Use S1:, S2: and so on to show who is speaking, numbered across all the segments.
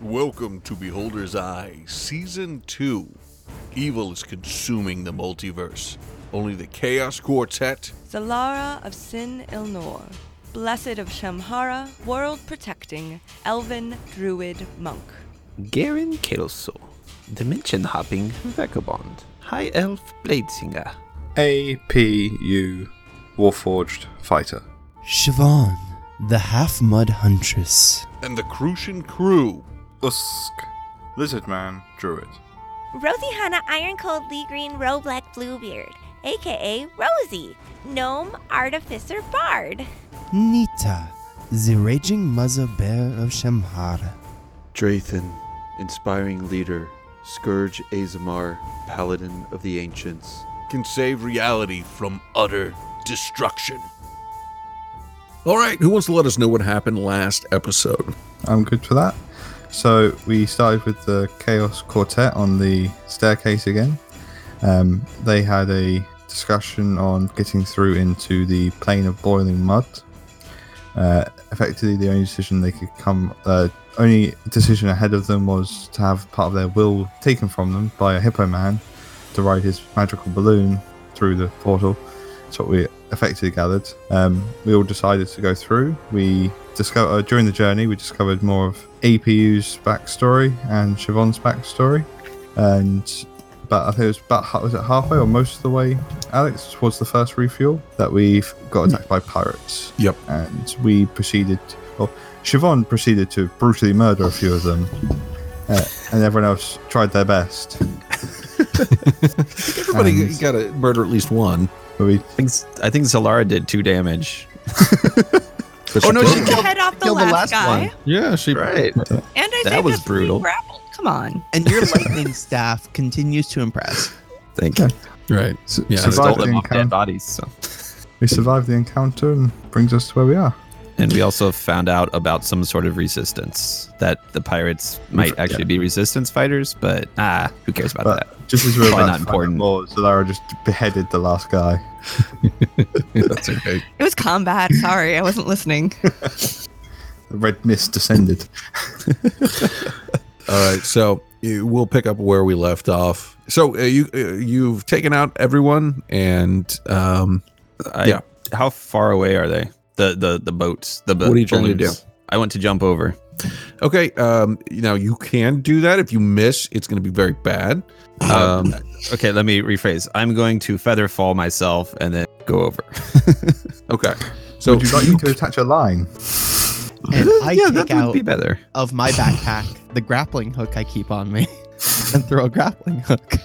S1: Welcome to Beholder's Eye, Season 2. Evil is consuming the multiverse. Only the Chaos Quartet
S2: Zalara of Sin Ilnor, Blessed of Shamhara, world protecting, Elven Druid Monk.
S3: Garen Kelso, Dimension Hopping Vagabond, High Elf Bladesinger,
S4: APU Warforged Fighter.
S5: Siobhan, the half mud huntress.
S1: and the Crucian Crew.
S4: Usk Lizardman Druid.
S6: Rosie Hanna Iron Cold Lee Green Roe Black Bluebeard, aka Rosie, Gnome Artificer Bard.
S5: Nita, the raging mother bear of Shamhara.
S7: Drathan, inspiring leader, Scourge Azamar, paladin of the ancients.
S1: Can save reality from utter destruction. All right, who wants to let us know what happened last episode?
S4: I'm good for that. So we started with the Chaos Quartet on the staircase again. Um, they had a discussion on getting through into the plane of boiling mud. Uh, effectively, the only decision they could come, uh, only decision ahead of them was to have part of their will taken from them by a hippo man to ride his magical balloon through the portal. That's what we effectively gathered. Um, we all decided to go through. We discovered during the journey, we discovered more of APU's backstory and Siobhan's backstory, and but I think it was about ha- was it halfway or most of the way, Alex, towards the first refuel that we f- got attacked by pirates.
S1: Yep.
S4: and we proceeded. Well, Siobhan proceeded to brutally murder a few of them. Uh, and everyone else tried their best.
S8: Everybody
S4: And-
S8: got to murder at leleast one.
S4: But we
S3: I think, I think Zalara did two damage.
S8: Oh no, she
S9: the head off the
S8: killed
S9: last, guy.
S8: Yeah, she
S3: Right.
S9: And I
S3: That
S9: saved
S3: was
S9: us from
S3: brutal.
S9: being grappled. Come on.
S5: And your lightning staff continues to impress.
S3: Thank you.
S8: right.
S4: su-
S8: Yeah,
S3: I stole
S4: survived the
S3: them off dead
S4: encounter.
S3: bodies. so.
S4: We survived the encounter and brings us to where we are.
S3: And we also found out about some sort of resistance that the pirates might actually be resistance fighters, but ah, who cares about
S4: But
S3: that?
S4: just as we were
S3: Probably not
S4: about to find out
S3: important.
S4: more, Solara just beheaded the last guy.
S8: That's okay.
S9: It was combat. Sorry, I wasn't listening.
S4: The red mist descended.
S8: All right. So uh, we'll pick up where we left off. So uh, you uh, you've taken out everyone, and um,
S3: I,
S8: Yeah.
S3: How far away are they? The the the boats. The
S8: What are you trying to do?
S3: balloons. I want to jump over.
S8: okay. Um, you know you can do that. If you miss, it's going to be very bad.
S3: Um, okay, let me rephrase. I'm going to feather fall myself and then go over.
S8: Okay. So
S4: Would you like me to attach a line?
S5: And I
S3: yeah, that
S5: take
S3: would
S5: out
S3: be better.
S5: of my backpack the grappling hook I keep on me and throw a grappling hook.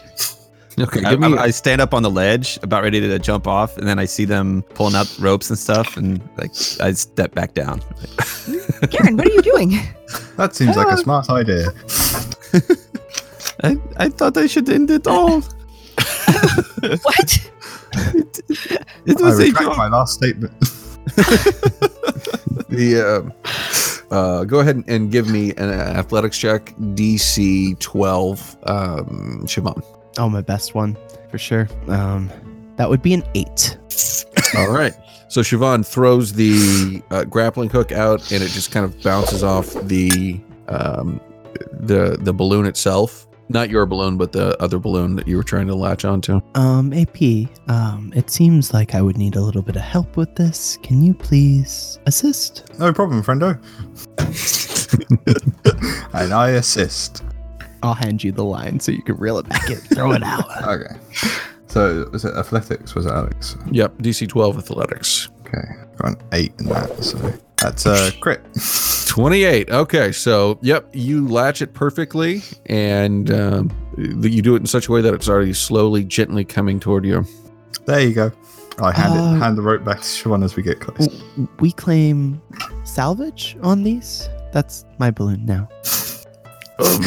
S8: okay,
S3: I,
S8: give me
S3: I- I stand up on the ledge, about ready to jump off, and then I see them pulling up ropes and stuff, and like I step back down.
S9: Karen, what are you doing?
S4: That seems like a smart idea.
S3: I, I thought I should end it all.
S9: What?
S3: It, it
S4: I
S3: was a
S4: retract
S3: joke.
S4: my last statement.
S8: the uh, uh, go ahead and- and give me an athletics check DC 12 um Siobhan.
S5: Oh, my best one for sure. Um, that would be an eight.
S8: All right. So Siobhan throws the uh, grappling hook out and it just kind of bounces off the um, the the balloon itself. Not your balloon, but the other balloon that you were trying to latch onto.
S5: Um, AP, um, it seems like I would need a little bit of help with this. Can you please assist?
S4: No problem, friendo. and I assist.
S5: I'll hand you the line so you can reel it back in. Throw it out.
S4: Okay. So was it athletics? Was it Alex?
S8: Yep, DC 12 athletics.
S4: Okay, got an eight in that. So that's a crit.
S8: 28. Okay, so yep, you latch it perfectly and um, you do it in such a way that it's already slowly gently coming toward you.
S4: There you go. I hand
S5: Uh,
S4: it, hand the rope back to Siobhan as we get close.
S5: W- We claim salvage on these. That's my balloon now.
S1: Um,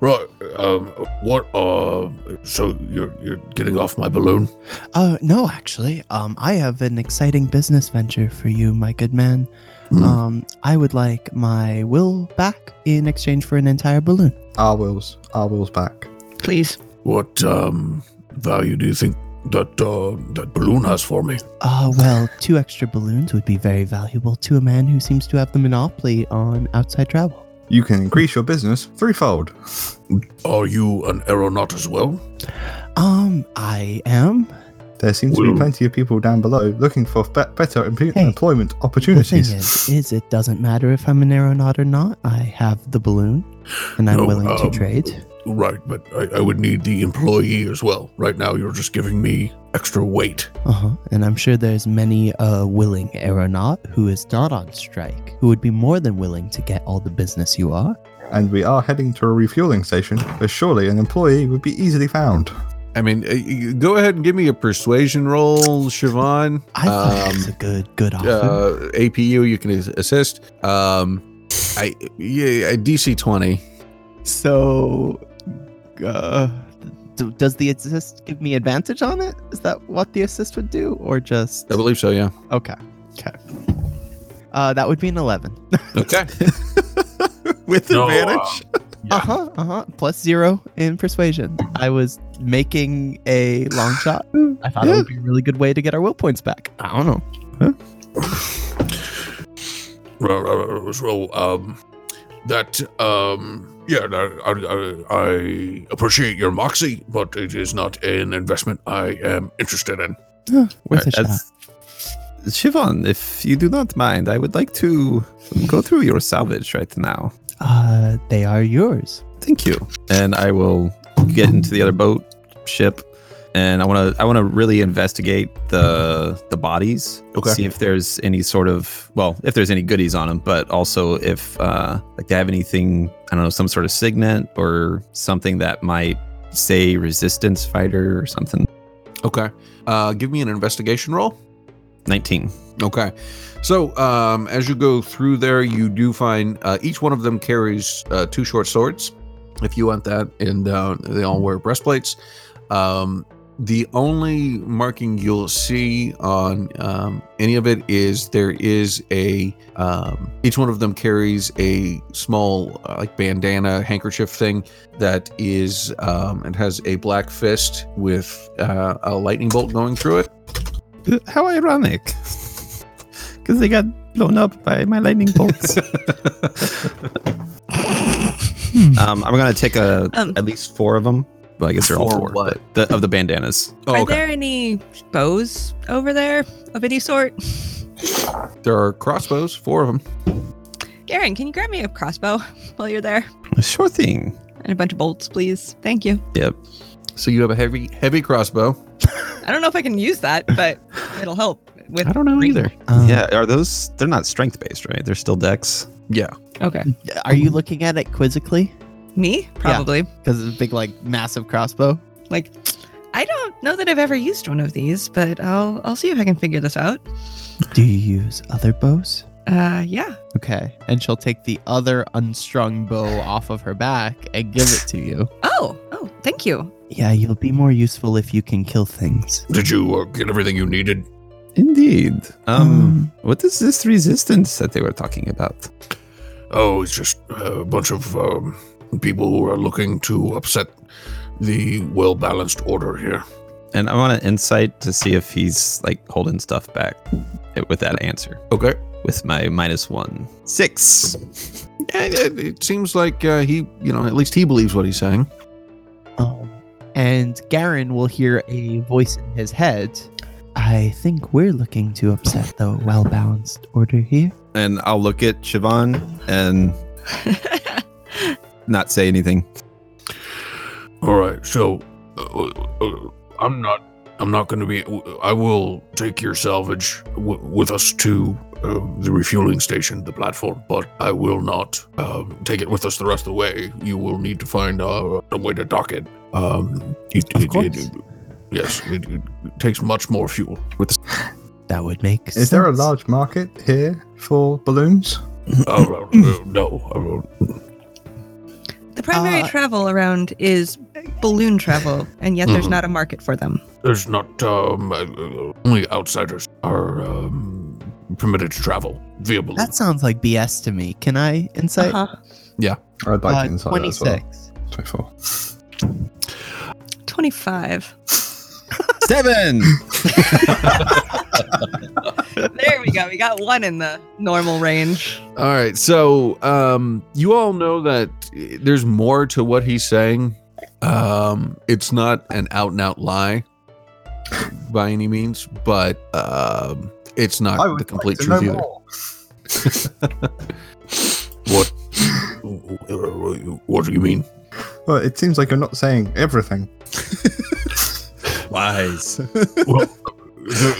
S1: right, um, what, uh, so you're, you're getting off my balloon?
S5: Uh, no, actually, um, I have an exciting business venture for you, my good man.
S8: Hmm.
S5: Um, I would like my will back in exchange for an entire balloon.
S4: Our wheels, our wheels back.
S9: Please.
S1: What, um, value do you think that, uh, that balloon has for me?
S5: Uh, well, two extra balloons would be very valuable to a man who seems to have the monopoly on outside travel.
S4: you can increase your business threefold.
S8: Are you an aeronaut as well?
S5: Um, I am.
S4: There seems to be
S8: Whoa.
S4: plenty of people down below looking for be- better emp-
S5: Hey,
S4: employment
S5: The thing
S4: opportunities.
S5: is, is it doesn't matter if I'm an aeronaut or not. I have the balloon, and I'm
S8: No,
S5: willing to
S8: um,
S5: trade.
S8: Right, but I, I would need the employee as well. Right now, you're just giving me extra weight.
S5: Uh huh. And I'm sure there's many a willing aeronaut who is not on strike who would be more than willing to get all the business you are.
S4: and we are heading to a refueling station, where surely an employee would be easily found.
S8: I mean, uh, you- go ahead and give me a persuasion roll, Siobhan.
S5: I thought it's a
S8: Um,
S5: good, good offer.
S8: uh, APU, you can as- assist. Um, I yeah, I- DC twenty.
S5: So, uh, d- does the assist give me advantage on it? Is that what the assist would do, or just
S8: I believe so. Yeah.
S5: okay? Okay. Uh, that would be an eleven.
S8: Okay.
S4: With
S1: No, uh,
S5: Uh huh. Uh huh. Plus zero in persuasion. I was making a long shot. I thought it would be a really good way to get our will points back. I don't know.
S1: So, um, that, um, yeah, that- I, I, I appreciate your moxie, but it is not an investment I am interested in.
S5: Yeah, worth a
S10: Alright,
S5: shot.
S10: that's- Siobhan, if you do not mind, I would like to go through your salvage right now.
S5: Uh, they are yours.
S10: Thank you. And I will get into the other boat ship, and I want to I want to really investigate the the bodies.
S8: Okay.
S10: See if there's any sort of well, if there's any goodies on them, but also if uh, like they have anything I don't know, some sort of signet or something that might say resistance fighter or something.
S8: Okay. Uh, give me an investigation roll.
S10: Nineteen.
S8: Okay. So, um, as you go through there, you do find uh, each one of them carries uh, two short swords, if you want that, and uh, they all wear breastplates. Um, the only marking you'll see on um, any of it is there is a um, each one of them carries a small uh, like bandana handkerchief thing that is um, it has a black fist with uh, a lightning bolt going through it.
S10: How ironic. Because they got blown up by my lightning bolts. um, I'm gonna take a
S2: Um.
S10: at least four of them. Well, I guess they're all
S8: For
S10: four.
S8: what?
S10: but The, of the bandanas.
S8: Oh,
S2: Are there any bows over there of any sort?
S8: There are crossbows, four of them.
S2: Garen, can you grab me a crossbow while you're there?
S10: Sure thing.
S2: And a bunch of bolts, please. Thank you.
S10: Yep.
S8: So you have a heavy, heavy crossbow.
S2: I don't know if I can use that, but it'll help with.
S10: I don't know
S2: three.
S10: either.
S5: Um,
S10: yeah. Are those? They're not strength based, right? They're still dex.
S8: Yeah.
S2: Okay.
S5: Are you looking at it quizzically?
S2: Me? Probably.
S5: Because it's a big, like, massive crossbow.
S2: Like, I don't know that I've ever used one of these, but I'll I'll see if I can figure this out.
S5: Do you use other bows?
S2: Uh, yeah.
S5: Okay. And she'll take the other unstrung bow off of her back and give it to you.
S2: Oh, oh, thank you.
S5: Yeah, you'll be more useful if you can kill things.
S1: Did you uh, get everything you needed?
S10: Indeed. Um. What is this resistance that they were talking about?
S1: Oh, it's just uh, a bunch of um, people who are looking to upset the well balanced order here.
S10: And I want an insight to see if he's like holding stuff back with that answer.
S8: Okay.
S10: With my minus one six.
S8: And it, it seems like uh, he, you know, at least he believes what he's saying.
S5: Um, and Garen will hear a voice in his head. I think we're looking to upset the well balanced order here.
S10: and I'll look at Siobhan and not say anything.
S1: All right, so uh, uh, I'm not. I'm not going to be. I will take your salvage w- with us to uh, the refueling station, the platform, but I will not um, take it with us the rest of the way. You will need to find uh, a way to dock it. Um, it,
S5: Of
S1: it- it-
S5: course.
S1: yes, it, it takes much more fuel.
S5: That would make sense.
S4: Is there a large market here for balloons?
S1: Uh, uh, uh, no, I won't.
S2: The primary
S5: Uh,
S2: travel around is balloon travel, and yet
S10: Mm-hmm.
S2: there's
S1: Mhm.
S2: not a market for them.
S1: There's not um, uh, only outsiders are um, permitted to travel via balloon.
S5: That sounds like BS to me. Can I insight?
S2: Uh-huh.
S4: I'd like
S5: Uh,
S4: to inside that as well.
S5: 26.
S4: 24.
S2: 25.
S10: Seven.
S2: there we go. We got one in the normal range.
S8: All right. So, um, you all know that eh, there's more to what he's saying. Um, it's not an out and out lie by any means, but um, it's
S4: I
S8: not
S4: would
S8: the
S4: like
S8: complete
S4: to know
S8: truth either.
S4: more.
S1: What? uh, What do you mean?
S4: Well, it seems like you're not saying everything.
S8: Lies.
S1: Well, uh,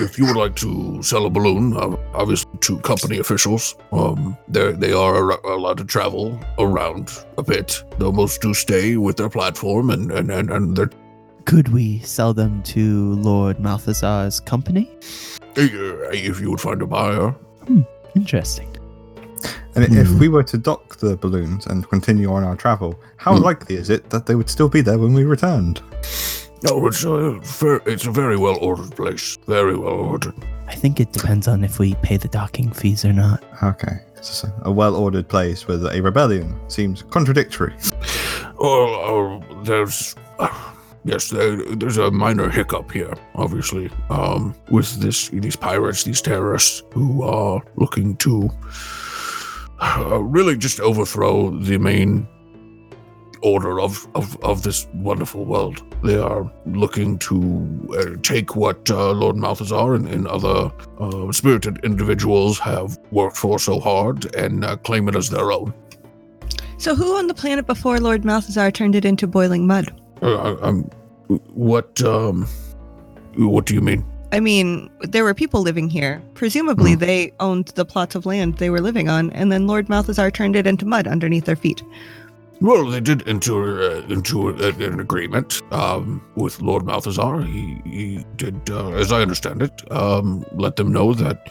S1: if you would like to sell a balloon, uh, obviously to company officials, um, they they are ar- allowed to travel around a bit. Though most do stay with their platform and and and, and their
S5: Could we sell them to Lord Malthazar's company?
S1: uh, if you would find a buyer.
S5: Interesting.
S4: And if
S5: Hmm.
S4: we were to dock the balloons and continue on our travel, how likely is it that they would still be there when we returned?
S1: No, it's a fair, it's a very well ordered place. Very well ordered.
S5: I think it depends on if we pay the docking fees or not.
S4: Okay. It's a- a well ordered place with a rebellion seems contradictory.
S1: Oh, uh, there's uh, yes, there, there's a minor hiccup here, obviously. Um, with this, these pirates, these terrorists who are looking to uh, really just overthrow the main order of, of, of this wonderful world. They are looking to uh, take what uh, Lord Malthazar and, and other uh, spirited individuals have worked for so hard and uh, claim it as their own.
S2: So, who on the planet before Lord Malthazar turned it into boiling mud?
S1: Uh, I- I'm. What um. What do you mean?
S2: I mean, there were people living here. Presumably, they owned the plots of land they were living on, and then Lord Malthazar turned it into mud underneath their feet.
S1: Well, they did enter uh, into a, an agreement um, with Lord Malthazar. He he did, uh, as I understand it, um, let them know that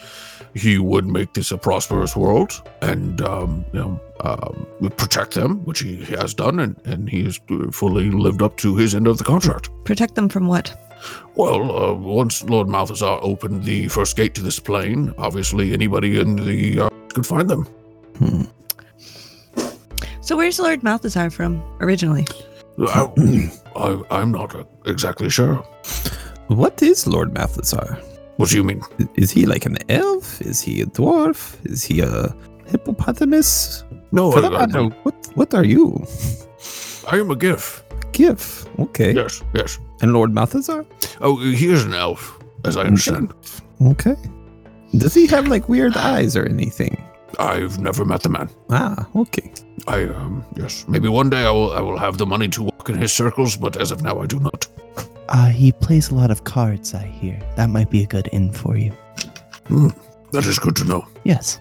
S1: he would make this a prosperous world and um, you know um, protect them, which he has done, and and he has uh, fully lived up to his end of the contract.
S2: Protect them from what?
S1: Well, uh, once Lord Malthazar opened the first gate to this plane, obviously anybody in the uh, could find them.
S2: So, where's Lord Malthazar from originally?
S1: I, I, I'm not uh, exactly sure.
S10: What is Lord Malthazar?
S1: What do you mean?
S10: Is he like an elf? Is he a dwarf? Is he a hippopotamus?
S1: No,
S10: For that
S1: I,
S10: matter,
S1: I,
S10: what what are you?
S1: I am a GIF.
S10: Gif. Okay.
S1: Yes, yes.
S10: And Lord Malthazar?
S1: Oh, he is an elf, as I understand.
S10: Okay. Does he have like weird eyes or anything?
S1: I've never met the man.
S10: Ah, okay.
S1: I um, yes. Maybe one day I will. I will have the money to walk in his circles, but as of now, I do not.
S5: Uh, he plays a lot of cards, I hear. That might be a good in for you.
S1: That is good to know.
S5: Yes.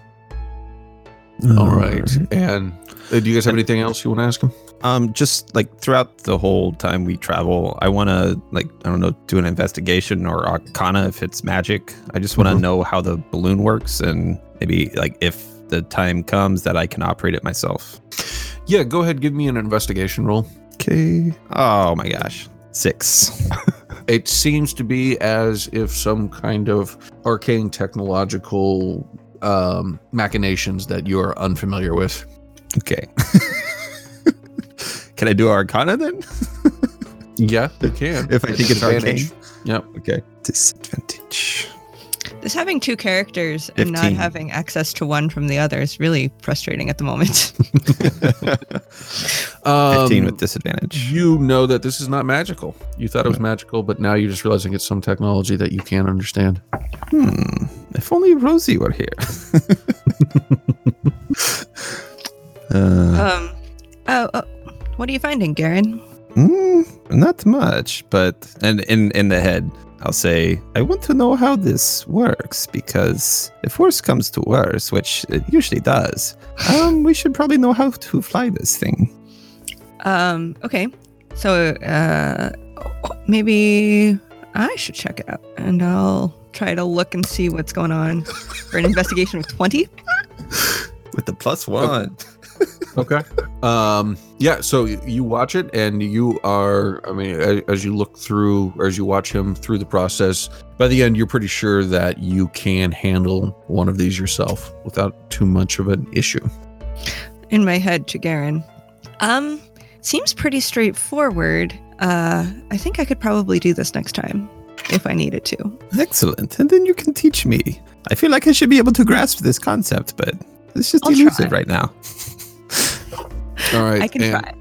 S10: Oh,
S8: All right. And uh, do you guys have anything else you want to ask him?
S10: Um, just like throughout the whole time we travel, I want to like I don't know, do an investigation or arcana if it's magic. I just want to know how the balloon works and maybe like if the time comes that I can operate it myself.
S8: Yeah, go ahead. Give me an investigation roll.
S10: Okay. Oh my gosh, six.
S8: It seems to be as if some kind of arcane technological um, machinations that you are unfamiliar with.
S10: okay. can I do arcana then?
S8: Yeah, you can.
S10: If I think it's
S8: Disadvantage.
S10: arcane.
S8: Yep.
S10: Okay. Disadvantage.
S2: This having two characters and not
S10: 15.
S2: having access to one from the other is really frustrating at the moment.
S8: Um,
S10: Fifteen with disadvantage.
S8: You know that this is not magical. You thought it was magical, but now you're just realizing it's some technology that you can't understand.
S10: Hmm. If only Rosie were here. uh,
S2: um, oh, oh, what are you finding, Garen?
S10: mm, not much, but and in in the head, I'll say I want to know how this works because if worse comes to worse, which it usually does, um, we should probably know how to fly this thing.
S2: Um, okay. So, uh, maybe I should check it out and I'll try to look and see what's going on for an investigation of 20.
S10: With the plus
S8: Okay. um. Yeah. So y- you watch it, and you are. I mean, a- as you look through, or as you watch him through the process, by the end, you're pretty sure that you can handle one of these yourself without too much of an issue.
S2: in my head to Garen. Um, seems pretty straightforward. Uh, I think I could probably do this next time.
S8: if I needed to.
S10: Excellent. And then you can teach me. I feel like I should be able to grasp this concept, but it's just
S8: I'll
S10: elusive
S8: try.
S10: right now.
S1: All right.
S8: I can
S1: and
S8: try.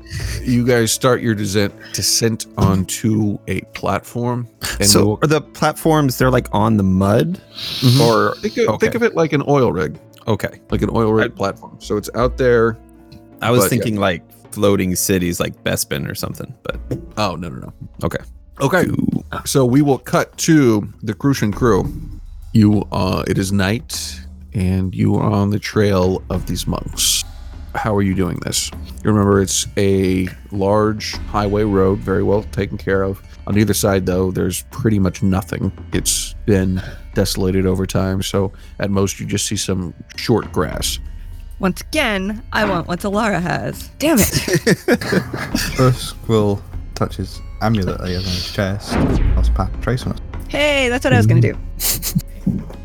S1: You guys start your descent descent onto a platform. And
S10: so
S1: we'll-
S10: are the platforms they're like on the mud? Or
S1: think, of,
S10: okay.
S1: think of it like an oil rig,
S10: okay.
S1: like an oil rig platform. So it's out there.
S10: I was
S1: But, yeah.
S10: thinking like floating cities like Bespin or something, but
S1: Oh no no no.
S10: Okay.
S1: Okay. So we will cut to the Crucian crew. You uh it is night and you are on the trail of these monks. How are you doing this? You remember it's a large highway road, very well taken care of. On either side though, there's pretty much nothing. It's been desolated over time, so at most you just see some short grass.
S2: Once again, I want what Delara has. Damn it.
S4: First will touches amulet that he has on his chest. That's Pat Trace on it.
S8: Hey, that's what I was gonna do.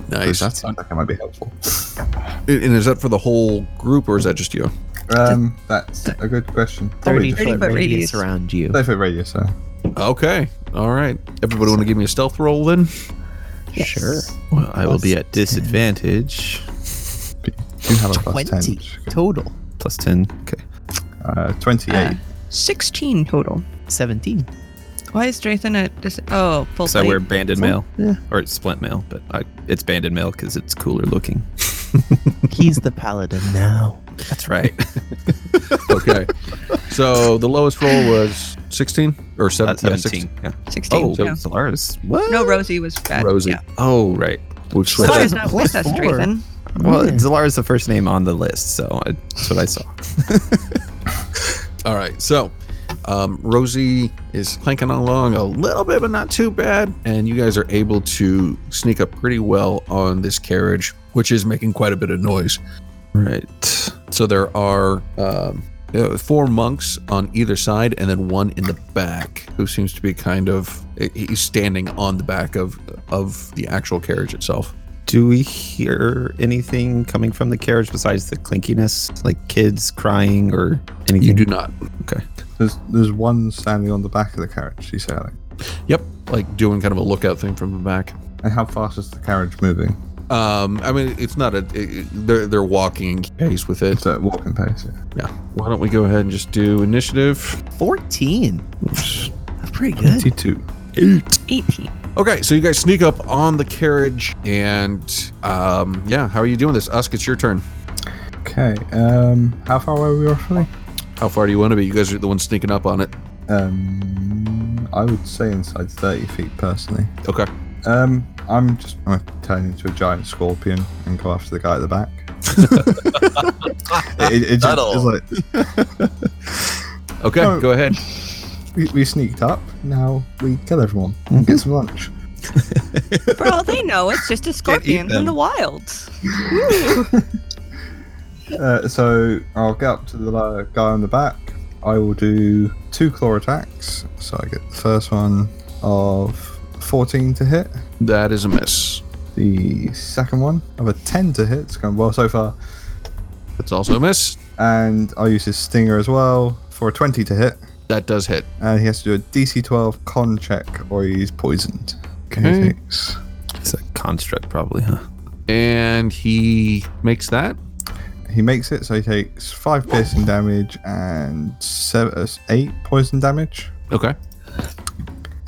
S1: Nice.
S4: That seems like it might be helpful.
S1: And is that for the whole group or is that just you?
S4: Um, that's a good question.
S5: 30,
S4: Probably
S5: foot
S8: 30 foot
S5: radius
S8: radius.
S5: around you.
S4: They fit radius, uh, so
S1: Okay. All right. Everybody want to give me a stealth roll then?
S8: Yes. Sure.
S10: Well, I will be at disadvantage.
S4: do have a plus
S5: 20
S4: 10.
S5: total.
S10: Plus ten. Okay.
S4: Uh, 28.
S8: Uh, 16 total.
S5: 17.
S8: Why is Draythan at dis- Oh, full
S10: Because I
S8: plate.
S10: wear banded mail.
S5: Yeah.
S10: Or it's splint mail, but I, it's banded mail because it's cooler looking.
S5: He's the paladin now.
S10: That's right.
S1: Okay. so the lowest roll was 16 or
S10: Uh,
S1: 17. yeah, 16.
S10: 17. Yeah.
S8: 16.
S10: Oh,
S8: yeah.
S10: Solaris. What?
S8: No, Rosie was bad.
S1: Rosie.
S8: Yeah.
S10: Oh, right.
S1: We've switched.
S8: Sorry,
S5: Plus-
S8: it's not with us,
S5: plus four.
S8: Draythan.
S10: Well,
S5: Yeah.
S10: Zalara's the first name on the list, so I, that's what I saw.
S1: All right. So um, Rosie is clanking along a little bit, but not too bad. And you guys are able to sneak up pretty well on this carriage, which is making quite a bit of noise. Right. So there are um, uh, four monks on either side, and then one in the back who seems to be kind of he- he's standing on the back of of the actual carriage itself.
S10: Do we hear anything coming from the carriage besides the clinkiness, like kids crying or anything?
S1: You do not.
S4: There's there's one standing on the back of the carriage, you say, Alec.
S1: Yep. Like doing kind of a lookout thing from the back.
S4: And how fast is the carriage moving?
S1: Um, I mean, it's not a. it- it- they're they're walking pace with it.
S4: It's at walking pace. yeah.
S1: Yeah. Why don't we go ahead and just do initiative?
S5: 14. That's pretty good.
S4: 22.
S8: 18.
S1: Okay, so you guys sneak up on the carriage, and um, yeah, how are you doing this? Usk, it's your turn.
S4: Okay, um, how far away are we roughly?
S1: How far do you want to be? You guys are the ones sneaking up on it.
S4: Um, I would say inside 30 feet personally.
S1: Okay.
S4: Um, I'm just I'm gonna turn into a giant scorpion and go after the guy at the back. it, it just, it's like
S1: Okay,
S4: No.
S1: go ahead.
S4: we, we sneaked up. Now we kill everyone and get some lunch.
S2: For all they know, it's just a scorpion in
S10: them.
S2: the wilds.
S4: Uh, so I'll get up to the uh, guy on the back. I will do two claw attacks. So I get the first one of 14 to hit.
S1: That is a miss.
S4: The second one of a 10 to hit. It's going well so far.
S1: That's also a miss.
S4: And I'll use his stinger as well for a 20 to hit.
S1: That does hit.
S4: And he has to do a DC 12 con check or he's poisoned.
S1: Okay.
S4: He takes
S10: It's a construct, probably, huh?
S1: And he makes that.
S4: He makes it, so he takes five piercing damage and seven, uh, eight poison damage.
S1: Okay.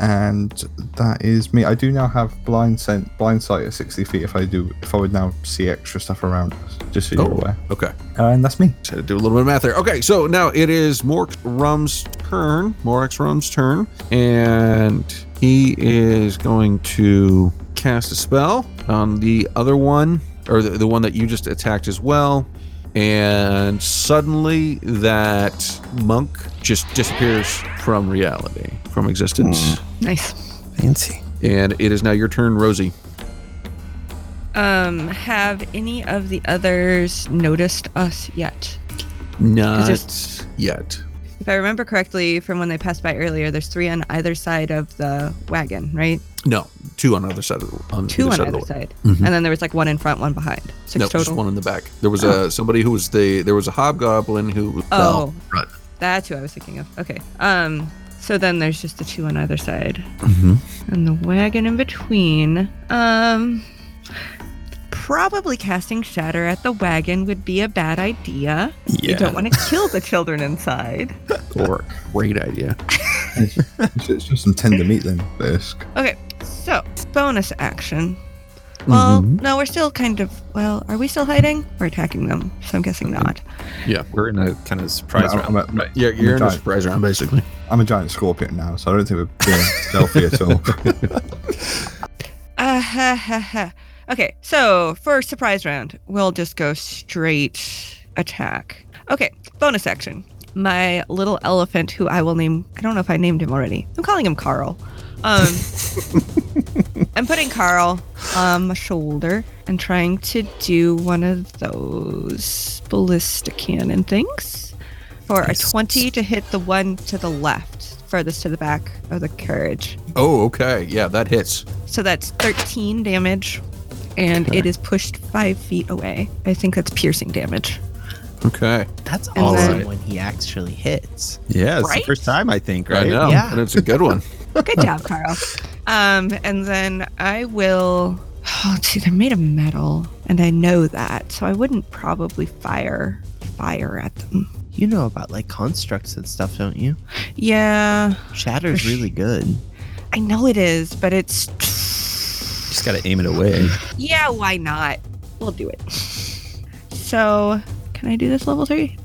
S4: and that is me. I do now have blind scent, blind sight at sixty feet. If I do, if I would now see extra stuff around us, just so you're
S1: Oh.
S4: aware.
S1: Okay.
S4: Uh, And that's me.
S1: Had to do a little bit of math there. Okay, so now it is Mork Rum's turn. Mork Rum's turn, and he is going to cast a spell on the other one, or the, the one that you just attacked as well. And suddenly, that monk just disappears from reality, from existence.
S8: Nice.
S10: Fancy.
S1: And it is now your turn, Rosie.
S2: Um, have any of the others noticed us yet?
S1: Not
S2: Just-
S1: yet.
S2: If I remember correctly from when they passed by earlier, there's three on either side of the wagon, right?
S1: No, two on the other side of the on
S2: Two
S1: either
S2: on
S1: side of
S2: either
S1: the
S2: side.
S1: Mhm.
S2: And then there was like one in front, one behind. Six
S1: no,
S2: total.
S1: just one in the back. There was a somebody who was the there was a hobgoblin who
S2: Oh,
S1: right.
S2: that's who I was thinking of. Okay. Um, So then there's just the two on either side.
S10: Mhm.
S2: And the wagon in between. Um probably casting shatter at the wagon would be a bad idea. You
S10: Yeah.
S2: don't want to kill the children inside.
S8: Or great idea.
S4: It's it's just some tender meat then, Bisk.
S2: Okay, so bonus action. Well,
S10: Mhm.
S2: no, we're still kind of well, are we still hiding? We're attacking them, so I'm guessing not.
S8: Yeah.
S10: We're in a kind of surprise
S4: I'm,
S10: round.
S4: I'm a,
S8: Yeah, Uh, you're in a
S4: Right.
S8: surprise round, basically.
S4: I'm a giant scorpion now, so I don't think we're being stealthy at all.
S2: Uh, ha, ha, ha. Okay, so for surprise round, we'll just go straight attack. Okay, bonus action. My little elephant, who I will name, I don't know if I named him already. I'm calling him Carl. Um, I'm putting Carl on my shoulder and trying to do one of those ballistic cannon things for a 20 to hit the one to the left, furthest to the back of the carriage.
S8: Oh, okay. Yeah, that hits.
S2: So that's 13 damage, and it is pushed five feet away. I think that's piercing damage.
S8: Okay.
S5: That's
S2: then-
S5: awesome when he actually hits.
S10: yeah, it's
S2: Right?
S10: the first time I think,
S8: I
S10: right?
S8: know.
S5: Yeah.
S8: And it's a good one.
S2: Good job, Carl. Um, and then I will. Oh, see, they're made of metal, and I know that, so I wouldn't probably fire fire at them.
S5: You know about like constructs and stuff, don't you?
S2: Yeah,
S5: Shatter's really good.
S2: I know it is, but it's.
S10: Just got to aim it away.
S2: Yeah, why not? We'll do it. So, can I do this level three?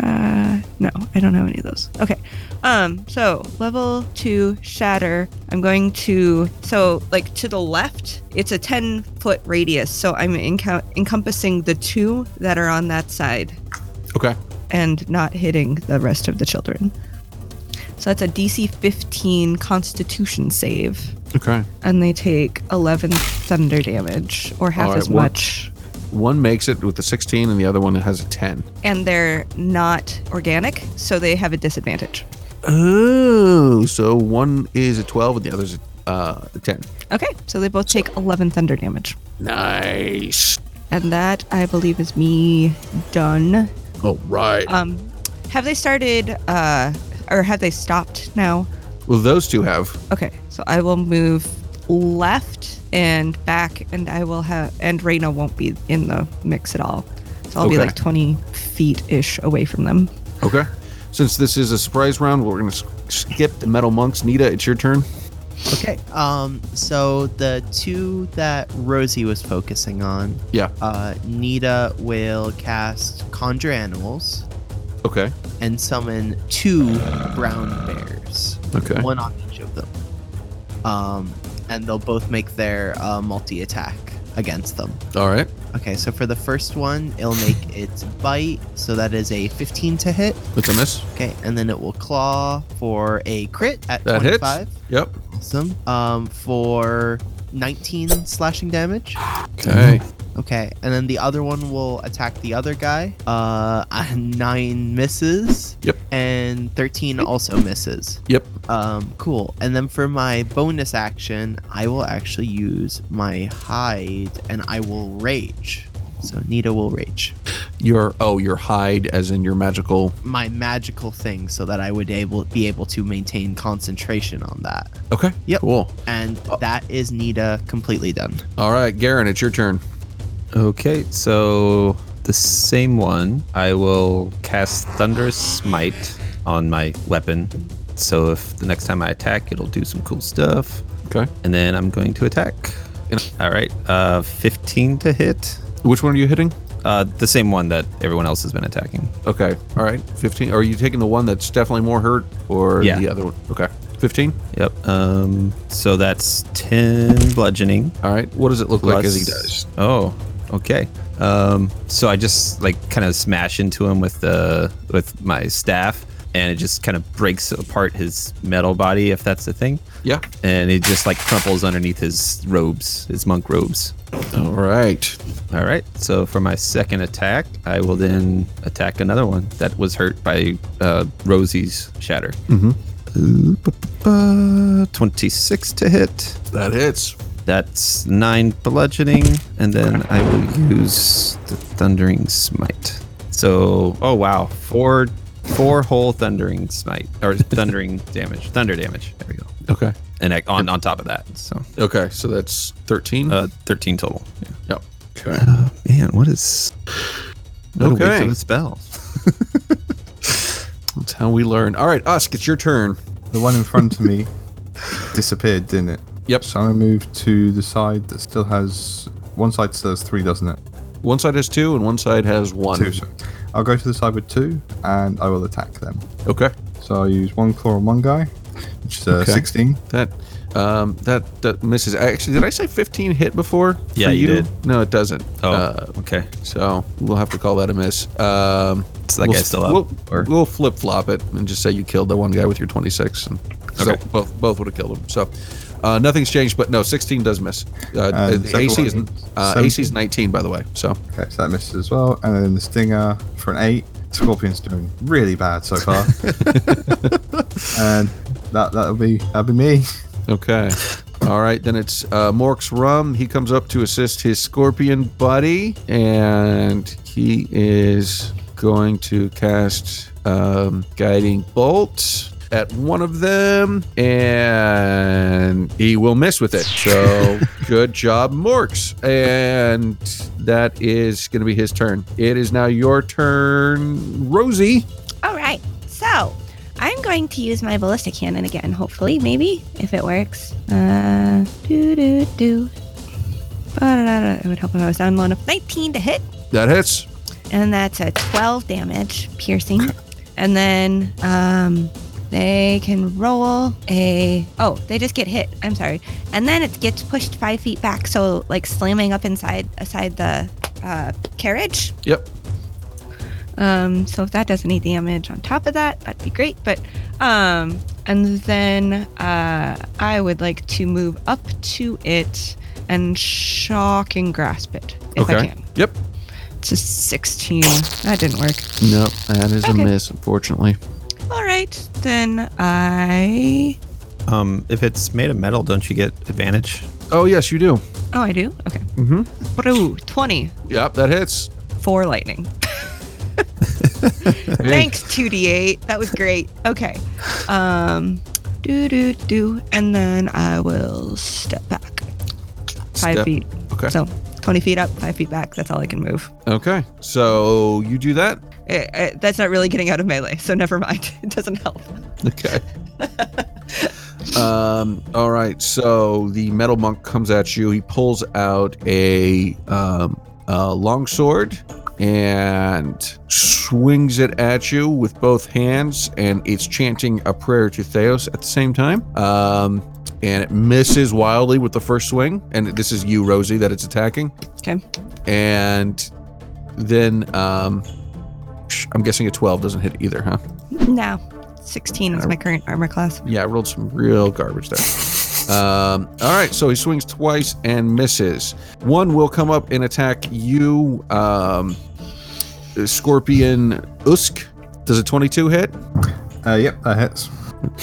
S2: Uh, no, I don't have any of those. Okay. Um, so level two shatter. I'm going to so like to the left. It's a ten foot radius, so I'm encou- encompassing the two that are on that side
S8: Okay.
S2: and not hitting the rest of the children. So that's a DC 15 Constitution save,
S8: Okay.
S2: and they take 11 thunder damage, or half
S8: Alright,
S2: as
S8: one-
S2: much.
S8: One makes it with the 16, and the other one has a 10.
S2: and they're not organic, so they have a disadvantage.
S8: Oh, so one is a 12 and the other's a, uh, a 10.
S2: Okay, so they both take 11 thunder damage.
S1: Nice.
S2: And that, I believe, is me done.
S1: All oh, right.
S2: Um, have they started, uh, or have they stopped now?
S8: Well, those two have.
S2: Okay, so I will move left and back, and I will have, and Reyna won't be in the mix at all. So I'll be
S8: Okay.
S2: like 20 feet ish away from them.
S8: Okay. Since this is a surprise round, we're going to skip the metal monks. Nita, it's your turn.
S5: Okay. Um. So the two that Rosie was focusing on.
S8: Yeah.
S5: Uh, Nita will cast Conjure Animals
S8: Okay.
S5: and summon two brown bears.
S8: Okay.
S5: One on each of them. Um, and they'll both make their uh, multi attack against them.
S8: All right.
S5: Okay, so for the first one, it'll make its bite, so that is a 15 to hit.
S8: That's a miss.
S5: Okay, and then it will claw for a crit at
S8: That hits.
S5: 25.
S8: Yep.
S5: Awesome. Um, for 19 slashing damage.
S8: Okay.
S5: Okay, and then the other one will attack the other guy. Uh, nine misses.
S8: Yep.
S5: And 13 also misses.
S8: Yep.
S5: Um, cool. And then for my bonus action, I will actually use my hide and I will rage. So Nita will rage.
S8: Your oh, your hide, as in your magical.
S5: My magical thing so that I would able be able to maintain concentration on that.
S8: Okay.
S5: Yep.
S8: Cool.
S5: And that is Nita completely done.
S8: All right, Garen, it's your turn.
S10: Okay, so the same one. I will cast Thunderous Smite on my weapon. So if the next time I attack, it'll do some cool stuff.
S8: Okay.
S10: And then I'm going to attack. All right, uh, 15 to hit.
S8: Which one are you hitting?
S10: Uh, the same one that everyone else has been attacking.
S8: Okay. All right. 15. Are you taking the one that's definitely more hurt or
S10: Yeah.
S8: the other one? Okay. 15.
S10: Yep. Um, so that's 10 bludgeoning.
S8: All right. What does it look like as he
S10: plus-
S8: dies?
S10: Oh, okay. Um, so I just like kind of smash into him with the with my staff, and it just kind of breaks apart his metal body, if that's the thing.
S8: Yeah.
S10: And it just like crumples underneath his robes, his monk robes.
S8: All right.
S10: All right. So for my second attack, I will then attack another one that was hurt by uh, Rosie's shatter. Mm-hmm. Twenty-six to hit.
S8: That hits.
S10: That's nine bludgeoning, and then I will use the thundering smite. So, oh wow, four Four whole thundering smite or thundering damage. Thunder damage. There we go.
S8: Okay.
S10: And I, on on top of that, so
S8: Okay, so that's 13?
S10: uh, thirteen total. Yeah.
S8: Yep. Okay.
S10: Uh, man, what is what a waste
S8: Okay.
S10: of a spell?
S8: That's how we learn. All right, Usk, it's your turn.
S4: The one in front of me disappeared, didn't it?
S8: Yep.
S4: So I'm gonna move to the side that still has one side still has three, doesn't it?
S8: One side has two and one side has one.
S4: Two. So I'll go to the side with two, and I will attack them.
S8: Okay.
S4: So I use one claw on one guy, which is uh,
S8: Okay.
S4: 16.
S8: That um that that misses. Actually, did I say 15 hit before?
S10: Yeah,
S8: for
S10: you did.
S8: No, it doesn't.
S10: Oh,
S8: Uh,
S10: okay.
S8: so we'll have to call that a miss. Um
S10: So that
S8: we'll,
S10: guy's still up,
S8: We'll,
S10: or-
S8: we'll flip flop it and just say you killed the one guy with your 26 and so
S10: Okay.
S8: both both would have killed him. So uh, nothing's changed, but no, 16 does miss. Uh,
S4: And
S8: the
S4: second
S8: AC is
S4: one,
S8: uh,
S4: 17.
S8: AC is 19 by the way. So
S4: Okay, so that misses as well. And then the stinger for an eight. Scorpion's doing really bad so far. and that that'll be that'll be me.
S8: Okay. All right, then it's uh, Mork's Rum. He comes up to assist his scorpion buddy, and he is going to cast um, Guiding Bolt at one of them, and he will miss with it. So good job, Morks. And that is going to be his turn. It is now your turn, Rosie.
S2: All right. So I'm going to use my ballistic cannon again, hopefully, maybe, if it works. Uh, do, do, do. Ba-da-da-da. It would help if I was down low enough. 19 to hit,
S8: That hits.
S2: and that's a 12 damage piercing. And then um, they can roll a. Oh, they just get hit. I'm sorry. And then it gets pushed five feet back, so like slamming up inside aside the uh, carriage.
S8: Yep.
S2: Um, so if that does any damage on top of that, that'd be great. But um, and then uh, I would like to move up to it and shock and grasp it if I
S8: Okay.
S2: can.
S8: Yep.
S2: It's a 16. That didn't work.
S8: Nope. That is
S2: Okay.
S8: a miss, unfortunately.
S2: All right, then I.
S10: Um, if it's made of metal, don't you get advantage?
S8: Oh yes, you do.
S2: Oh, I do. Okay.
S8: Mm-hmm.
S2: Brew, 20
S8: Yep, that hits.
S2: for lightning. Thanks, 2d8. That was great. Okay. Um, do do do, and then I will step back five
S8: Step-
S2: feet.
S8: Okay.
S2: So 20 feet up, five feet back. That's all I can move.
S8: Okay. So you do that.
S2: Eh, eh, that's not really getting out of melee, so never mind. It doesn't help.
S8: Okay. um. All right. So the metal monk comes at you. He pulls out a um a long sword and swings it at you with both hands, and it's chanting a prayer to Theos at the same time. Um. And it misses wildly with the first swing. And this is you, Rosie, that it's attacking.
S2: Okay.
S8: And then um, I'm guessing a 12 doesn't hit either, huh?
S2: No, 16 is my current armor class.
S8: Yeah, I rolled some real garbage there. Um, all right, so he swings twice and misses. One will come up and attack you, um, Scorpion Usk. Does a 22 hit?
S4: Uh, yep, that hits.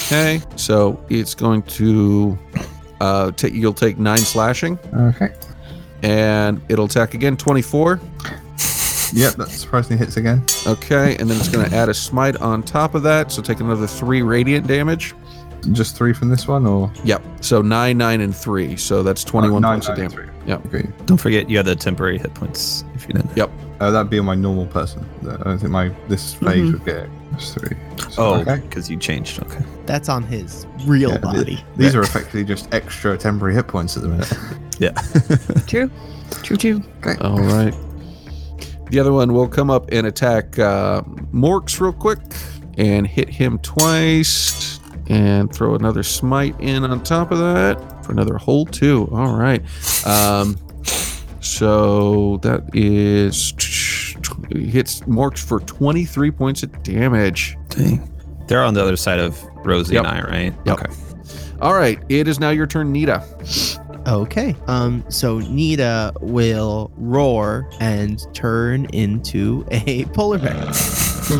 S8: Okay, so it's going to uh, take you'll take nine slashing,
S4: Okay.
S8: and it'll attack again 24.
S4: Yep, that surprisingly hits again.
S8: Okay, and then it's going to add a smite on top of that, so take another three radiant damage.
S4: Just three from this one, or
S8: Yep, so nine, nine, and three, so that's 21
S4: Uh, nine,
S8: points of
S4: nine,
S8: damage.
S4: three.
S8: Yep.
S4: Okay.
S10: Don't forget you have the temporary hit points if you didn't.
S4: Uh, that'd be on my normal person. I don't think my this phase would get it. That's three. So,
S10: Oh,
S4: okay.
S10: because you changed. Okay.
S5: That's on his real
S4: Yeah, th-
S5: body.
S4: These are effectively just extra temporary hit points at the minute.
S2: True. True, true.
S8: All right. The other one will come up and attack uh, Morks real quick and hit him twice and throw another smite in on top of that for another hole two. All right. Um, so that is he hits Morks for 23 points of damage.
S10: Dang. They're on the other side of Rosie
S8: Yep.
S10: and I, right?
S8: Yep.
S10: Okay.
S8: All right. It is now your turn, Nita.
S5: Okay. Um. So Nita will roar and turn into a polar bear.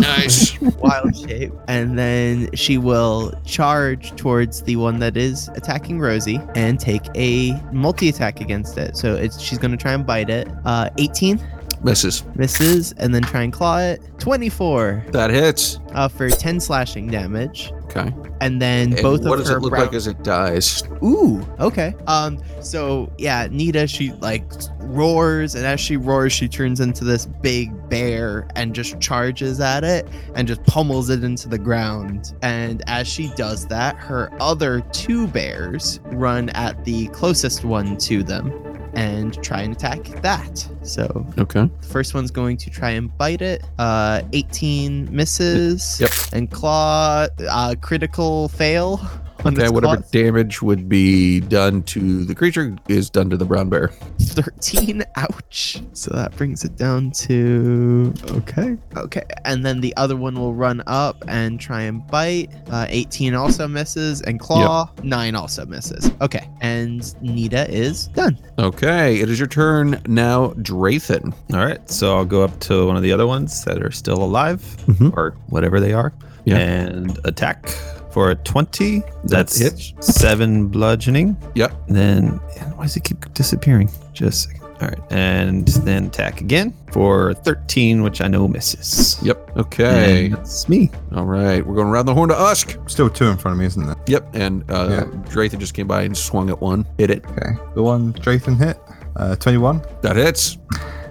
S8: Nice.
S5: wild shape, and then she will charge towards the one that is attacking Rosie and take a multi attack against it. So it's she's going to try and bite it. Uh, 18.
S11: Misses.
S5: Misses, and then try and claw it. 24
S8: That hits.
S5: uh, for 10 slashing damage.
S8: Okay.
S5: And then
S8: And
S5: both
S8: what
S5: of
S8: does
S5: her
S8: it look
S5: brow-
S8: like as it dies?
S5: Ooh, okay. Um, so yeah, Nita, she like roars, and as she roars, she turns into this big bear and just charges at it and just pummels it into the ground. And as she does that, her other two bears run at the closest one to them and try and attack that. So
S8: Okay.
S5: the first one's going to try and bite it. Uh, 18 misses.
S8: Yep.
S5: And claw, uh, critical fail. on
S8: Okay,
S5: its
S8: whatever
S5: claw.
S8: damage would be done to the creature is done to the brown bear.
S5: 13 ouch so that brings it down to okay okay and then the other one will run up and try and bite uh, 18 also misses and claw 9 also misses okay and nita is done
S8: Okay, it is your turn now, Draythan.
S10: All right, so I'll go up to one of the other ones that are still alive
S8: Mhm.
S10: or whatever they are,
S8: Yeah.
S10: and attack for a twenty. That's
S8: hits.
S10: seven bludgeoning.
S8: Yep.
S10: Then yeah, why does it keep disappearing? Just a second. All right, and then attack again for thirteen, which I know misses.
S8: Yep. Okay.
S10: And that's me.
S8: All right. We're going around the horn to Usk.
S4: Still two in front of me, isn't there?
S8: Yep. And uh,
S4: Yeah.
S8: Draythan just came by and swung at one. Hit it.
S4: Okay. The one Drayton hit, uh, 21.
S8: That hits.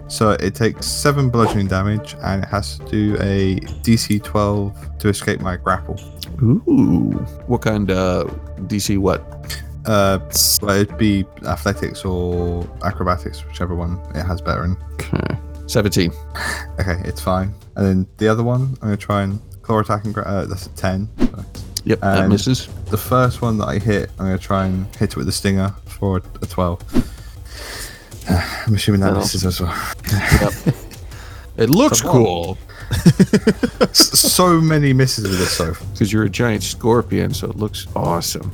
S4: So it takes 7 bludgeoning damage and it has to do a DC 12 to escape my grapple.
S8: Ooh. What kind uh, DC? What?
S4: Uh, but it'd be athletics or acrobatics, whichever one it has better in.
S8: 17.
S4: Okay, it's fine. And then the other one, I'm going to try and claw attack and gra- uh, that's a 10. So
S8: Yep. that
S4: And-
S8: misses.
S4: the first one that I hit, I'm going to try and hit it with the stinger for a 12. I'm assuming that
S8: Well.
S4: misses as well.
S8: It looks cool
S4: so many misses with this so far.
S8: because you're a giant scorpion, so it looks awesome.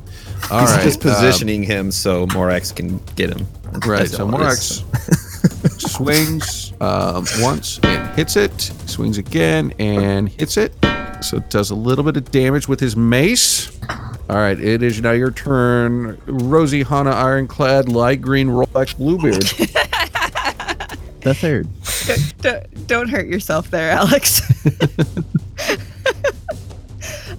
S8: All
S10: He's
S8: right.
S10: just
S8: uh,
S10: positioning him so Morax can get him. That's-
S8: Right,
S10: that's
S8: so
S10: all it is.
S8: Morax swings um, once and hits it, swings again and hits it. So it does a little bit of damage with his mace. All right, it is now your turn. Rosie, Hana, Ironclad, Light Green, Rollback, Bluebeard.
S5: the third
S2: don't, don't hurt yourself there, Alex.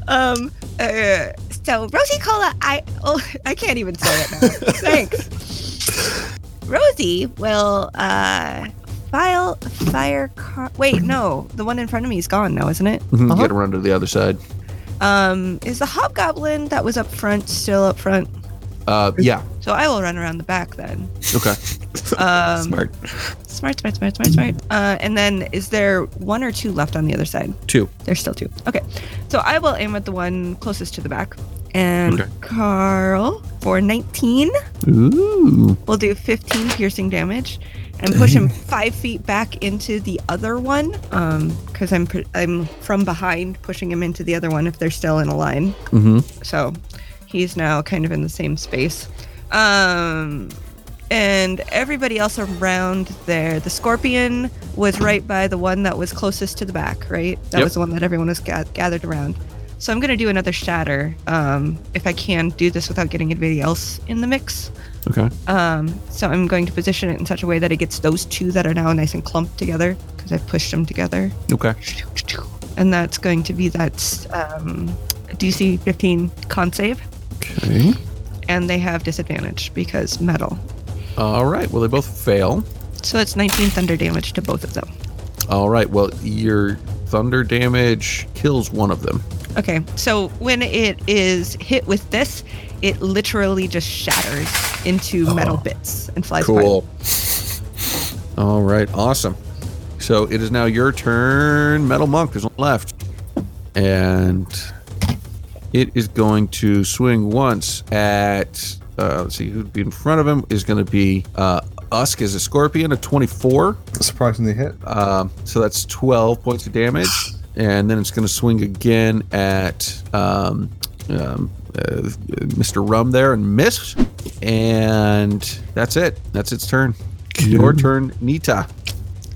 S2: um. Uh, so Rosie Cola, I oh I can't even say it now. Thanks.
S12: Rosie will uh, file fire car.
S2: Wait, no, the one in front of me is gone now, isn't it?
S10: Uh-huh.
S8: Get around to the other side.
S2: Um, is the hobgoblin that was up front still up front?
S8: Uh, yeah,
S2: So I will run around the back then.
S8: okay.
S2: Um,
S10: Smart.
S2: Smart, smart, smart, smart, smart. Uh, and then is there one or two left on the other side?
S8: Two.
S2: There's still two. Okay. So I will aim at the one closest to the back. And
S8: Okay.
S2: Carl for 19
S8: Ooh.
S2: will do 15 piercing damage and push him five feet back into the other one. Um, because I'm pr- I'm from behind pushing him into the other one if they're still in a line.
S8: Mm-hmm.
S2: So he's now kind of in the same space. Um, and everybody else around there, the scorpion was right by the one that was closest to the back, right? That
S8: Yep.
S2: was the one that everyone was ga- gathered around. So I'm going to do another shatter um, if I can do this without getting anybody else in the mix.
S8: Okay.
S2: Um, so I'm going to position it in such a way that it gets those two that are now nice and clumped together because I've pushed them together.
S8: Okay.
S2: And that's going to be that um, DC 15 con save.
S8: Okay.
S2: And they have disadvantage because metal.
S8: All right. Well, they both fail.
S2: So it's 19 thunder damage to both of them.
S8: All right. Well, your thunder damage kills one of them.
S2: Okay, so when it is hit with this, it literally just shatters into metal bits and flies apart.
S8: Cool. All right, awesome. So it is now your turn, Metal Monk. There's one left, and it is going to swing once at. Uh, let's see who'd be in front of him is going to be uh, Usk as a scorpion, a 24.
S4: Surprisingly hit.
S8: Um, so that's 12 points of damage. And then it's going to swing again at um, um, uh, Mr. Rum there and miss. And that's it. That's its turn. Your turn, Nita.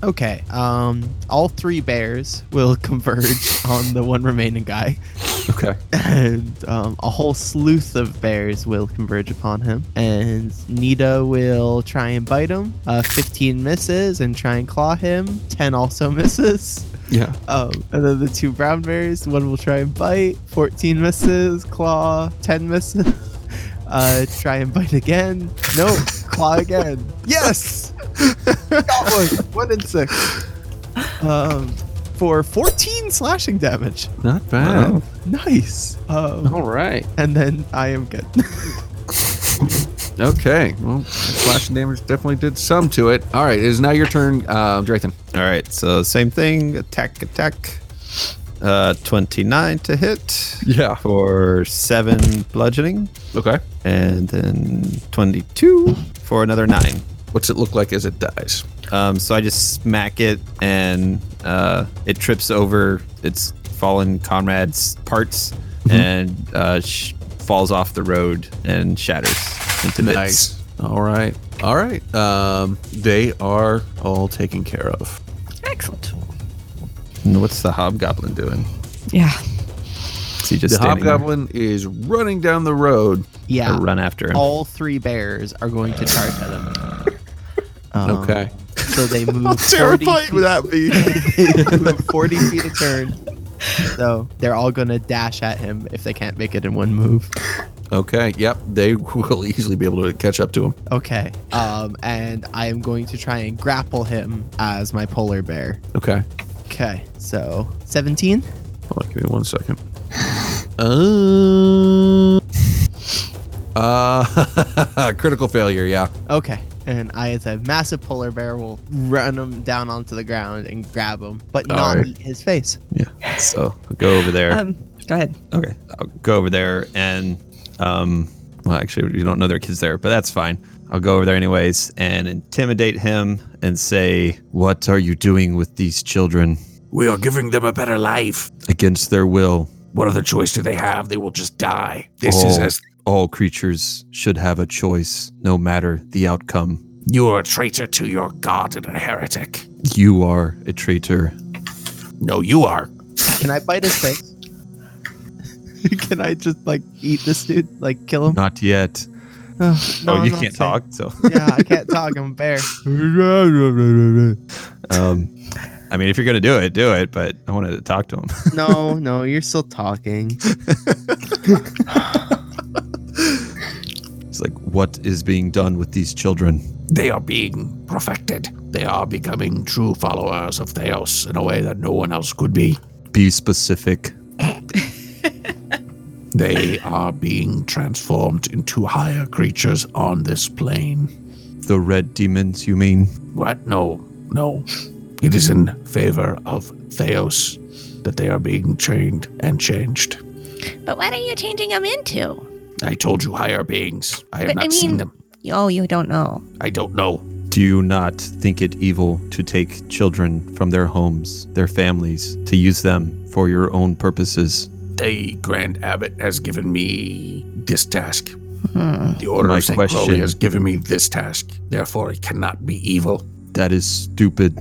S5: Okay. Um, all three bears will converge on the one remaining guy.
S3: Okay.
S5: and um, a whole sleuth of bears will converge upon him. And Nita will try and bite him. Uh, 15 misses and try and claw him. 10 also misses.
S3: Yeah.
S5: Um, and then the two brown bears, one will try and bite. 14 misses, claw. 10 misses. Uh, try and bite again. Nope, claw again. Yes! Got one. One in six. Um, for 14 slashing damage.
S3: Not
S8: Oh,
S3: bad.
S5: Nice. Um,
S3: All right.
S5: and then I am good.
S8: Okay. Well, flash damage definitely did some to it. All right. It is now your turn, uh, Drayton.
S10: All right, so same thing. Attack, attack. Uh, 29 to hit
S3: Yeah.
S10: for seven bludgeoning,
S8: Okay.
S10: and then 22 for another nine.
S8: What's it look like as it dies?
S10: Um, so I just smack it, and uh, it trips over its fallen comrade's parts
S8: Mm-hmm.
S10: and uh, sh- falls off the road and shatters into bits.
S8: All right. All right. Um, they are all taken care of.
S13: Excellent.
S10: And what's the hobgoblin doing?
S13: Yeah.
S10: Is he just
S8: The
S10: standing there?
S8: hobgoblin is running down the road.
S10: I
S5: Yeah.
S10: run after him.
S5: All three bears are going to charge at him. Um,
S8: Okay.
S5: So they move. How terrifying would that be? they move 40 feet a turn. So they're all going to dash at him if they can't make it in one move.
S8: Okay. Yep. They will easily be able to catch up to him.
S5: Okay. Um, and I am going to try and grapple him as my polar bear.
S8: Okay.
S5: Okay. So 17.
S8: Hold on, give me one second. Uh, uh critical failure, yeah.
S5: Okay. And I, as a massive polar bear, will run him down onto the ground and grab him, but not
S8: Alright.
S5: eat his face.
S10: So I'll go over there.
S13: Um, go ahead.
S10: Okay, I'll go over there and, um, well, actually, you don't know their kids there, but that's fine. I'll go over there anyways and intimidate him and say, "What are you doing with these children
S1: We are giving them a better life.
S10: against their will?
S1: What other choice do they have? They will just die. This is
S10: Oh.
S1: as
S10: All creatures should have a choice, no matter the outcome.
S1: you are a traitor to your god and a heretic.
S10: You are a traitor."
S1: No, you are.
S5: Can I bite his face? Can I just like eat this dude? Like kill him?
S10: Not yet.
S5: Oh,
S10: oh, you can't talk. So,
S5: yeah, I can't talk. I'm a bear.
S10: um, I mean, if you're gonna do it, do it. But I wanted to talk to him.
S5: No, no, you're still talking.
S10: It's like, "What is being done with these children?"
S1: They are being perfected. They are becoming true followers of Theos in a way that no one else could be.
S10: Be specific.
S1: They are being transformed into higher creatures on this plane.
S10: The red demons, you mean?
S1: What? No, no. It is in favor of Theos that they are being trained and changed.
S12: But what are you changing them into?
S1: I told you higher beings. I have
S12: But
S1: not
S12: I
S1: seen
S12: mean-
S1: them.
S12: Oh, you don't know.
S1: I don't know.
S10: Do you not think it evil to take children from their homes, their families, to use them for your own purposes?
S1: The Grand Abbot has given me this task.
S12: Hmm.
S1: The Order
S10: My
S1: of St.
S10: question-
S1: Chloe has given me this task. Therefore, it cannot be evil.
S10: That is stupid.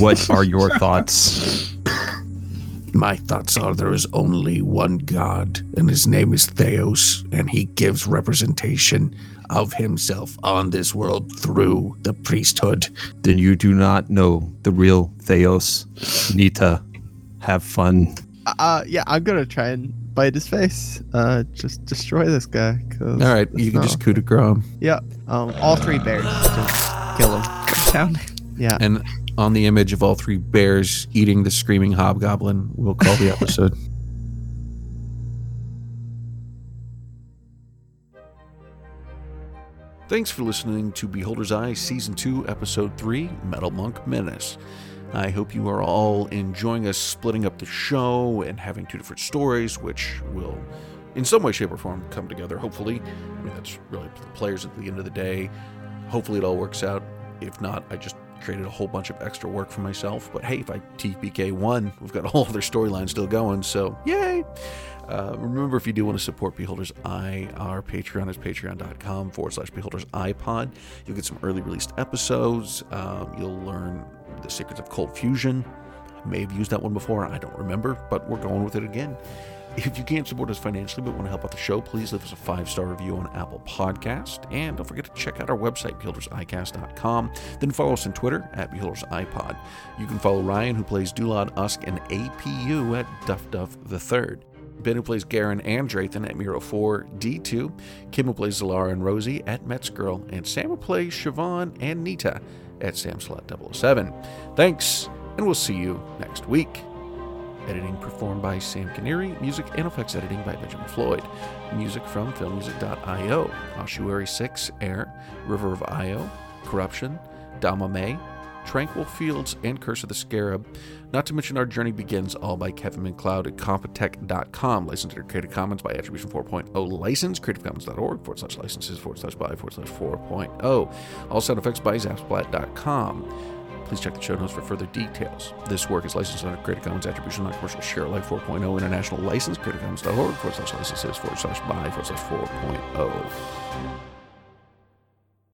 S10: what are your thoughts?
S1: My thoughts are there is only one God, and his name is Theos, and he gives representation of himself on this world through the priesthood.
S10: Then you do not know the real Theos. Nita, have fun.
S5: Uh, yeah, I'm gonna try and bite his face. Uh, just destroy this guy. 'cause
S8: All right,
S5: that's
S8: you can
S5: not-
S8: just
S10: Oh.
S8: coup de grace. him.
S5: Yeah. Um, all three bears. Just kill him.
S13: Down.
S5: Yeah.
S8: And on the image of all three bears eating the screaming hobgoblin, we'll call the episode.
S11: Thanks for listening to Beholder's Eye Season 2, Episode 3 Metal Monk Menace. I hope you are all enjoying us splitting up the show and having two different stories, which will, in some way, shape, or form, come together, hopefully. I mean, that's really up to the players at the end of the day. Hopefully, it all works out. If not, I just created a whole bunch of extra work for myself. But hey, if I TPK one, we've got all their storylines still going, so yay! Uh, remember, if you do want to support Beholders Eye, our Patreon is patreon.com forward slash Beholders iPod. You'll get some early released episodes. Um, you'll learn the secrets of cold fusion. May have used that one before. I don't remember, but we're going with it again.
S1: If you can't support us financially but want to help out the show, please leave us a five star review on Apple Podcast. And don't forget to check out our website, beholdersicast.com. Then follow us on Twitter at beholdersipod. You can follow Ryan, who plays Dulad Usk and APU at Duff Duff the Third. Ben, who plays Garen and Draythan at Miro4 D2. Kim, who plays Zalara and Rosie at Mets Girl. And Sam, who plays Siobhan and Nita at Samslot 007. Thanks, and we'll see you next week. Editing performed by Sam Canary, music and effects editing by Benjamin Floyd. Music from filmmusic.io, Ossuary 6, Air, River of Io, Corruption, Dama May, Tranquil Fields, and Curse of the Scarab. Not to mention Our Journey Begins, all by Kevin McLeod at Compotech.com. Licensed under Creative Commons by Attribution oh. 4.0 license, creativecommons.org forward slash licenses forward slash by forward slash 4.0. All sound effects by Zapsplat.com. Please check the show notes for further details. This work is licensed under Creative Commons Attribution Non-Commercial Share Alike 4.0 oh. International License, creativecommons.org forward slash licenses forward slash by forward slash 4.0.